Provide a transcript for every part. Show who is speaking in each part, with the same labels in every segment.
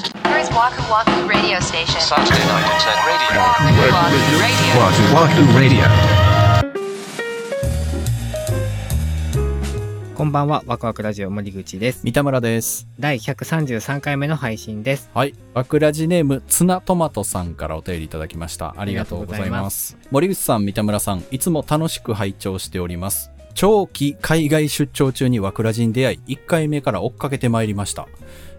Speaker 1: Waku Waku Radio Station.
Speaker 2: Saturday night at 10 radio.
Speaker 1: Waku Waku Radio.
Speaker 3: Wahoo Wahoo Radio.
Speaker 4: こんばんは、ワクワクラジオ森口です。
Speaker 5: 三田村です。
Speaker 4: 第133回目の配信です。
Speaker 5: はい。わくらじネーム、ツナトマトさんからお便りいただきました。ありがとうございます。森口さん、三田村さん、いつも楽しく拝聴しております。長期海外出張中にわくらじに出会い、1回目から追っかけてまいりました。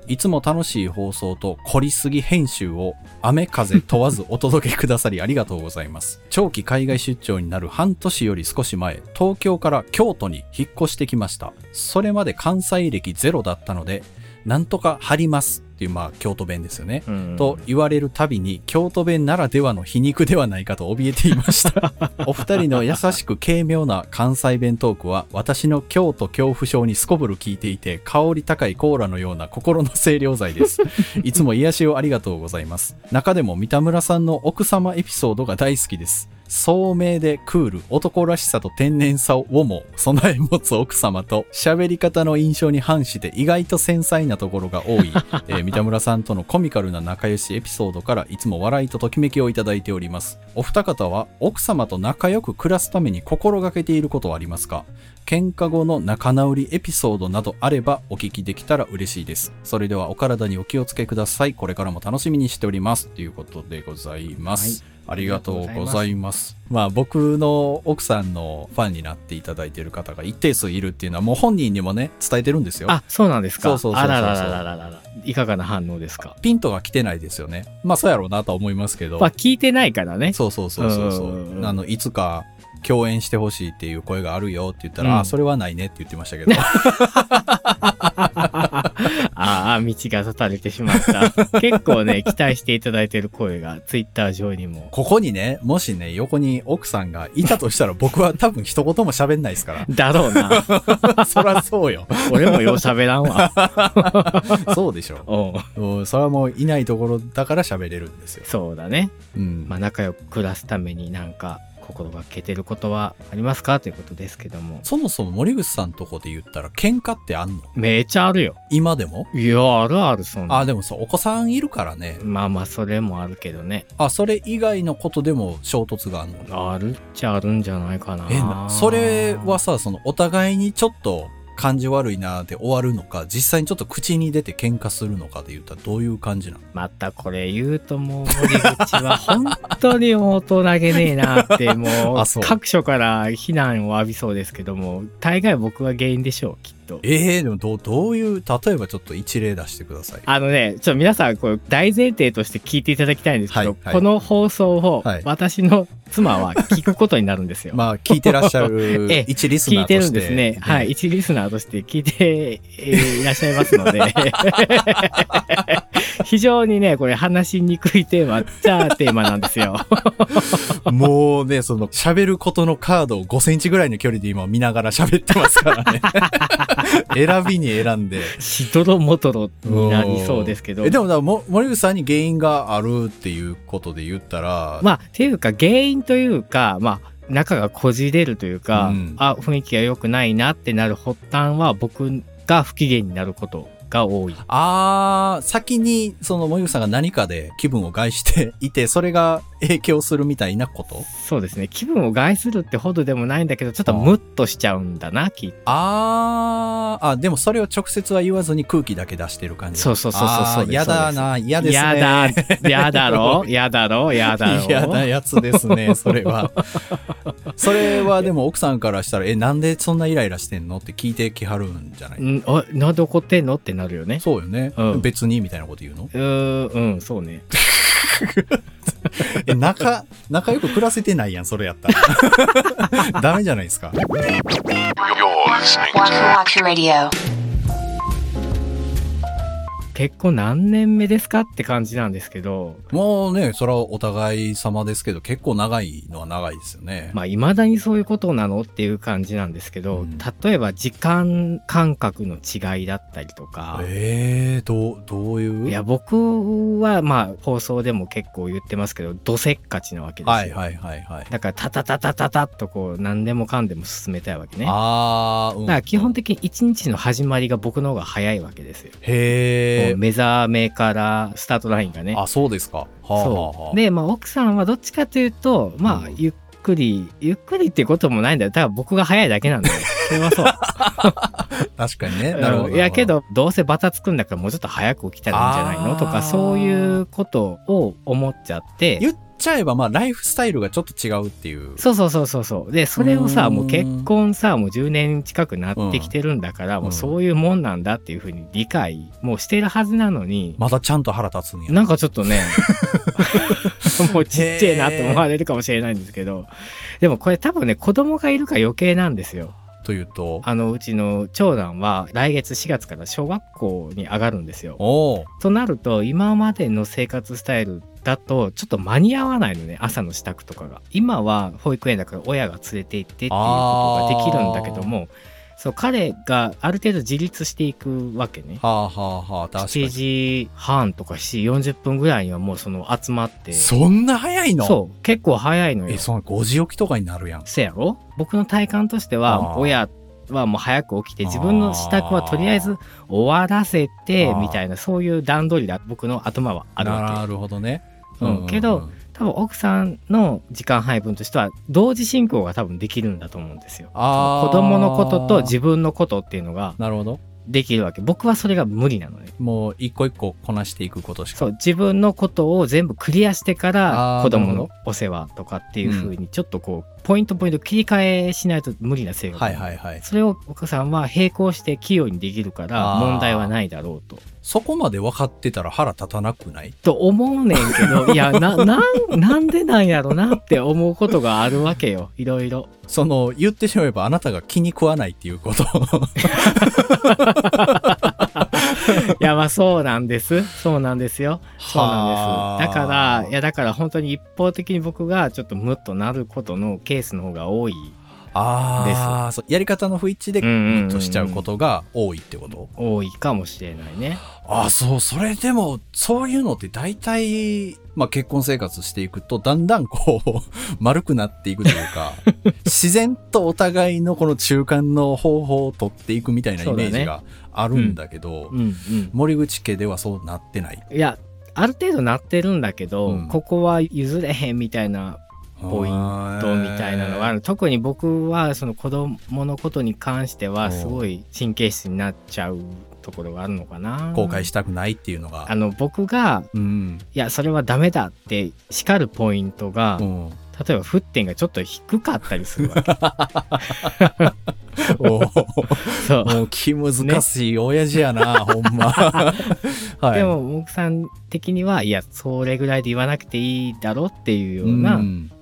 Speaker 5: いつも楽しい放送と凝りすぎ編集を雨風問わずお届けくださりあ りがとうございます。長期海外出張になる半年より少し前、東京から京都に引っ越してきました。それまで関西歴ゼロだったので、なんとか張りますっていう、まあ、京都弁ですよね。
Speaker 4: うん
Speaker 5: と言われるたびに京都弁ならではの皮肉ではないかと怯えていました お二人の優しく軽妙な関西弁トークは私の京都恐怖症にすこぶる効いていて香り高いコーラのような心の清涼 剤ですいつも癒しをありがとうございます中でも三田村さんの奥様エピソードが大好きです聡明でクール男らしさと天然さをも備え持つ奥様と喋り方の印象に反して意外と繊細なところが多い、えー三田村さんとのコミカルな仲良しエピソードからいつも笑いとときめきをいただいておりますお二方は奥様と仲良く暮らすために心がけていることはありますか喧嘩後の仲直りエピソードなどあればお聞きできたら嬉しいですそれではお体にお気をつけくださいこれからも楽しみにしておりますということでございます、ありがとうございます。まあ僕の奥さんのファンになっていただいている方が一定数いるっていうのはもう本人にもね伝えてるんですよ。
Speaker 4: あ、そうなんですか。
Speaker 5: そうそうそうそう
Speaker 4: あららららららら。いかがな反応ですか。
Speaker 5: ピントが来てないですよね。まあそうやろうなとは思いますけど。
Speaker 4: まあ、聞いてないからね。
Speaker 5: そうそうそうそうそ
Speaker 4: うんうんうんうん
Speaker 5: う。あのいつか共演してほしいっていう声があるよって言った
Speaker 4: うん
Speaker 5: ら、あそれはないねって言ってましたけど。
Speaker 4: ああ、道が立たれてしま った。結構ね、期待していただいてる声が、ツイッター上にも。
Speaker 5: ここにね、もしね、横に奥さんがいたとしたら僕は多分一言も喋んないで すか
Speaker 4: だろうな。
Speaker 5: ら。そらそうよ。
Speaker 4: 俺もよう喋らん わ。
Speaker 5: そうでしょ。
Speaker 4: うん。
Speaker 5: うんそれはもういないところだから喋れるんですよ。
Speaker 4: そうだね。
Speaker 5: うん。
Speaker 4: まあ、仲良く暮らすためになんか、心がけてることはありますかということですけども。
Speaker 5: そもそも森口さんとこで言ったら喧嘩ってあんの
Speaker 4: めちゃあるよ。
Speaker 5: 今でも
Speaker 4: いや、あるある、そんな。
Speaker 5: あ、でもそう、お子さんいるからね。
Speaker 4: まあまあ、それもあるけどね。
Speaker 5: あ、それ以外のことでも衝突があんの
Speaker 4: あるっちゃあるんじゃないかな。
Speaker 5: え、なそれはさ、その、お互いにちょっと感じ悪いなーで終わるのか、実際にちょっと口に出て喧嘩するのかで言ったらどういう感じなの
Speaker 4: またこれ言うともう森口は本当にもう大人げねえなっても
Speaker 5: あ
Speaker 4: う
Speaker 5: そう
Speaker 4: 各所から非難を浴びそうですけども大概僕が原因でしょうきっと。
Speaker 5: えー、でもどう、どういう、例えばちょっと一例出してください。
Speaker 4: あのね、ちょっと皆さん、これ大前提として聞いていただきたいんですけど、
Speaker 5: はいはい
Speaker 4: この放送を
Speaker 5: はい
Speaker 4: 私の妻は聞くことになるんですよ。
Speaker 5: まあ、聞いてらっしゃ
Speaker 4: ええ
Speaker 5: る一リス
Speaker 4: 聞
Speaker 5: ナ
Speaker 4: い
Speaker 5: ーとし
Speaker 4: てる
Speaker 5: て。
Speaker 4: んですね。はい。一リスナーとして聞いてえーいらっしゃいますので、 非常にね、これ話しにくいテーマっちゃテーマなんですよ。
Speaker 5: もうね、その、喋ることのカードを5センチぐらいの距離で今見ながら喋ってますか らね。選びに選んで。
Speaker 4: しどろもどろになりそうですけど
Speaker 5: え、。でもだからも、森口さんに原因があるっていうことで言ったら、
Speaker 4: まあ、っていうか原因というか、まあ、仲がこじれるというか、
Speaker 5: うん
Speaker 4: あ、雰囲気が良くないなってなる発端は僕が不機嫌になることが多い。
Speaker 5: あー、先に、その森口さんが何かで気分を害していて、それが影響するみたいなこと
Speaker 4: そうですね。気分を害するってほどでもないんだけど、ちょっとムッとしちゃうんだな、きっと。
Speaker 5: あー、あ、でもそれを直接は言わずに空気だけ出してる感じ。
Speaker 4: そうそうそうそう
Speaker 5: あー
Speaker 4: そうです
Speaker 5: やだな、嫌ですね。
Speaker 4: やだ、やだ ろ、やだろ、やだろ。
Speaker 5: 嫌なやつです ね、それは。それはでも奥さんからしたら、え、なんでそんなイライラしてんのって聞いてきはるんじゃない、
Speaker 4: うん、おなんで怒ってんのってなるよね。
Speaker 5: そうよね、
Speaker 4: うん
Speaker 5: 別にみたいなこと言うの
Speaker 4: うーん、うん、そうね。
Speaker 5: え、仲、仲良く暮らせてないやん、それやった ら。ダメじゃないですか。
Speaker 2: You're listening
Speaker 1: Waku
Speaker 2: to
Speaker 1: Waku Radio.
Speaker 4: 結婚何年目ですかって感じなんですけど、
Speaker 5: もうね、それはお互い様ですけど、結構長いのは長いですよね。
Speaker 4: まあ、未だにそういうことなのっていう感じなんですけど、
Speaker 5: うん
Speaker 4: 例えば時間感覚の違いだったりとか、
Speaker 5: えー、どう、どういう
Speaker 4: いや、僕はまあ、放送でも結構言ってますけど、どせっかちなわけですよ。
Speaker 5: はいはいはいはい。
Speaker 4: だから、タタタタタタっとこう、何でもかんでも進めたいわけね。だか
Speaker 5: あー、うん
Speaker 4: ら基本的に一日の始まりが僕の方が早いわけですよ。
Speaker 5: へへ
Speaker 4: もう目覚めからスタートラインがね
Speaker 5: え。あ、そうですか。はあ、はあ
Speaker 4: そ
Speaker 5: はあ
Speaker 4: う。で、まあ、奥さんはどっちかというと、ま
Speaker 5: う
Speaker 4: あ
Speaker 5: ん、
Speaker 4: ゆっくり、ゆっくりってこともないんだよ。ただ僕が早いだけ なんだよ。それはそう。
Speaker 5: 確かにね。なるほど。
Speaker 4: うんいやけ、ど、どうせバタつくんだからもうちょっと早く起きたらいいんじゃないのと
Speaker 5: あー
Speaker 4: か、そういうことを思っちゃって。
Speaker 5: 言っちゃえば、まあ、ライフスタイルがちょっと違うっていう。
Speaker 4: そうそうそうそうそう。で、それをさ、
Speaker 5: うーん
Speaker 4: もう結婚さ、もう10年近くなってきてるんだから、
Speaker 5: ん
Speaker 4: もうそういうもんなんだっていうふうに理解、もうしてるはずなのに、
Speaker 5: まだちゃんと腹立つんや。
Speaker 4: なんかちょっとね、もうちっちゃいなと思われるかもしれないんですけど、でもこれ多分ね、子供がいるから余計なんですよ。
Speaker 5: というと、
Speaker 4: あの、うちの長男は来月4月から小学校に上がるんですよ。
Speaker 5: おお、
Speaker 4: となると、今までの生活スタイルだと、ちょっと間に合わないのね、朝の支度とかが。今は保育園だから親が連れて行ってっていうことができるんだけども、そう、彼がある程度自立していくわけね。
Speaker 5: はあはあはあ、確か
Speaker 4: 7
Speaker 5: に。
Speaker 4: 時半とか7時40分ぐらいにはもうその集まって。
Speaker 5: そんな早いの
Speaker 4: そう、結構早いのよ
Speaker 5: え、。その5時起きとかになるやん。
Speaker 4: せやろ僕の体感として
Speaker 5: あ
Speaker 4: は
Speaker 5: ー
Speaker 4: 親はもう早く起きて自分の支度はとりあえず終わらせ
Speaker 5: あ
Speaker 4: て
Speaker 5: ー
Speaker 4: みたいなそういう段取りだ僕の頭はあるわ
Speaker 5: なるほどね。
Speaker 4: うんけど、け多分奥さんの時間配分としては同時進行が多分できるんだと思うんですよ
Speaker 5: あー
Speaker 4: 子供のことと自分のことっていうのが
Speaker 5: なるほど。
Speaker 4: できるわけ僕はそれが無理なのね
Speaker 5: もう一個一個こなしていくことしか。
Speaker 4: そう自分のことを全部クリアしてか
Speaker 5: あ
Speaker 4: ら
Speaker 5: ー
Speaker 4: 子供
Speaker 5: なる
Speaker 4: のお世話とかっていう風にちょっとこうポイントポイント切り替えしないと無理な性格、
Speaker 5: はいはいはい。
Speaker 4: それを奥さんは並行して器用にできるから
Speaker 5: あー
Speaker 4: 問題はないだろうと。
Speaker 5: そこまで分かってたら腹立たなくない
Speaker 4: と思うねんけ どいやななんなんでなんやろなって思うことがあるわけよいろいろ。
Speaker 5: その、言ってしまえばあなたが気に食わないっていうこと。
Speaker 4: いやまあそうなんですそうなんですよそう
Speaker 5: は
Speaker 4: なん
Speaker 5: あ
Speaker 4: です。だからいやだから本当に一方的に僕がちょっとムッとなることのケースの方が多い。
Speaker 5: ああ、そうやり方の不一致で、
Speaker 4: うんうんうんうん
Speaker 5: としちゃうことが多いってこと
Speaker 4: 多いかもしれないね。
Speaker 5: ああ、そう、それでも、そういうのって大体、まあ結婚生活していくと、だんだんこう、 丸くなっていくという か、自然とお互いのこの中間の方法を取っていくみたいなイメージがあるんだけど、
Speaker 4: うんうん。
Speaker 5: 森口家ではそうなってない。
Speaker 4: いやある程度なってるんだけど、
Speaker 5: うん
Speaker 4: ここは譲れへんみたいなポイン
Speaker 5: ト
Speaker 4: とみたいなのがある特に僕はその子供のことに関して
Speaker 5: お
Speaker 4: は
Speaker 5: う
Speaker 4: すごい神経質になっちゃうところがあるのかな
Speaker 5: 後悔したくないっていうのが
Speaker 4: あ。の僕が
Speaker 5: うん。
Speaker 4: いやそれはダメだって叱るポイントが、
Speaker 5: うん。
Speaker 4: 例えば沸点がちょっと低かったりする わけ
Speaker 5: おー
Speaker 4: そう、
Speaker 5: もう気難しい親父やな、ほんま。 はい。
Speaker 4: でも奥さん的にはいやそれぐらいで言わなくていいだろっていうよ
Speaker 5: う、
Speaker 4: うんな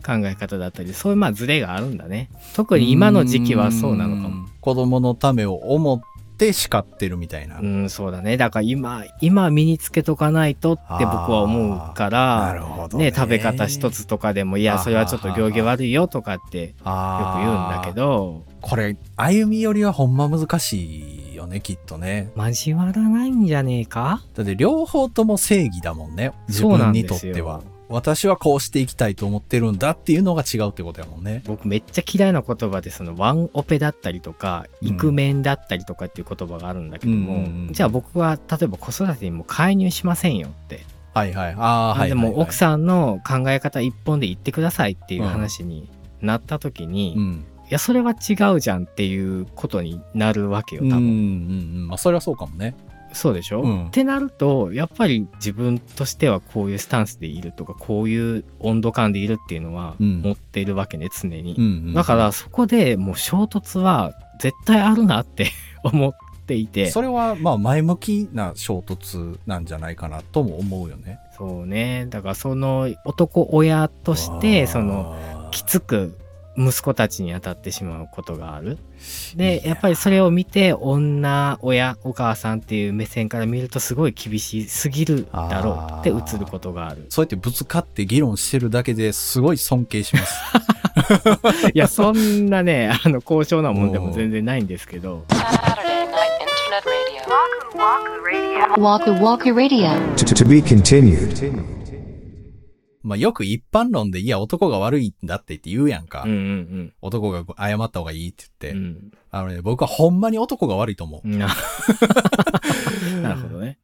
Speaker 4: 考え方だったり、そういうまあズレがあるんだね特に今の時期はそうなのかも
Speaker 5: うん。子供のためを思って叱ってるみたいな。
Speaker 4: うん、そうだね。だから今、今身につけとかないとって僕は思うか
Speaker 5: な
Speaker 4: ら、
Speaker 5: るほどね。
Speaker 4: ね、食べ方一つとかでも、い
Speaker 5: あ
Speaker 4: や、
Speaker 5: はは
Speaker 4: それはちょっと行儀悪いよとかってよく言うんだけ
Speaker 5: ど。
Speaker 4: ど、
Speaker 5: これ、歩み寄りはほんま難しいよね、きっとね。
Speaker 4: 交わらないんじゃねえか
Speaker 5: だって両方とも正義だもんね。自
Speaker 4: そうな
Speaker 5: 分
Speaker 4: ん
Speaker 5: に
Speaker 4: で
Speaker 5: とっ
Speaker 4: すよ
Speaker 5: ては。私はこうしていきたいと思ってるんだっていうのが違うってことやもんね。
Speaker 4: 僕めっちゃ嫌いな言葉で、そのワンオペだったりとか、
Speaker 5: うん
Speaker 4: イクメンだったりとかっていう言葉があるんだけども、
Speaker 5: うんうんうん
Speaker 4: じゃあ僕は例えば子育てにも介入しませんよって。
Speaker 5: はいはい。ああ、はいはいはい。
Speaker 4: でも奥
Speaker 5: さ
Speaker 4: さんの考え方一本で言ってくださいっていう話になった時に、
Speaker 5: うん。
Speaker 4: いや、それは違うじゃんっていうことになるわけよ、
Speaker 5: うん
Speaker 4: 多
Speaker 5: うんう
Speaker 4: 分。
Speaker 5: ん。まあ、それはそうかもね。
Speaker 4: そうでしょ、
Speaker 5: うん
Speaker 4: ってなると、やっぱり自分としてはこういうスタンスでいるとか、こういう温度感でいるっていうのは
Speaker 5: うん
Speaker 4: 持ってるわけね、常
Speaker 5: う
Speaker 4: に。
Speaker 5: ん、うん。
Speaker 4: だから、そこでもう衝突は絶対あるなって思っていて。
Speaker 5: それはまあ前向きな衝突なんじゃないかなとも思うよね。
Speaker 4: そうね。だから、その男親として、その、
Speaker 5: あー
Speaker 4: きつく息子たちに当たってしまうことがある。
Speaker 5: い
Speaker 4: で
Speaker 5: や
Speaker 4: やっぱりそれを見て女親お母さんっていう目線から見るとすごい厳しすぎるだろうって映ることがある。
Speaker 5: そうやってぶつかって議論してるだけですごい尊敬します。
Speaker 4: いやそんな ねあの高尚なもんでも全然ないんですけど
Speaker 1: Saturday Night Internet Radio. Waku Waku Radio.
Speaker 3: to, to be continued.
Speaker 5: まあよく一般論でいや男が悪いんだって言って言うやんか。
Speaker 4: うんうん
Speaker 5: 男が謝った方がいいって言
Speaker 4: う
Speaker 5: って、
Speaker 4: ん
Speaker 5: あのね、僕はほんまに男が悪いと思
Speaker 4: う
Speaker 5: う。
Speaker 4: んななるほどね。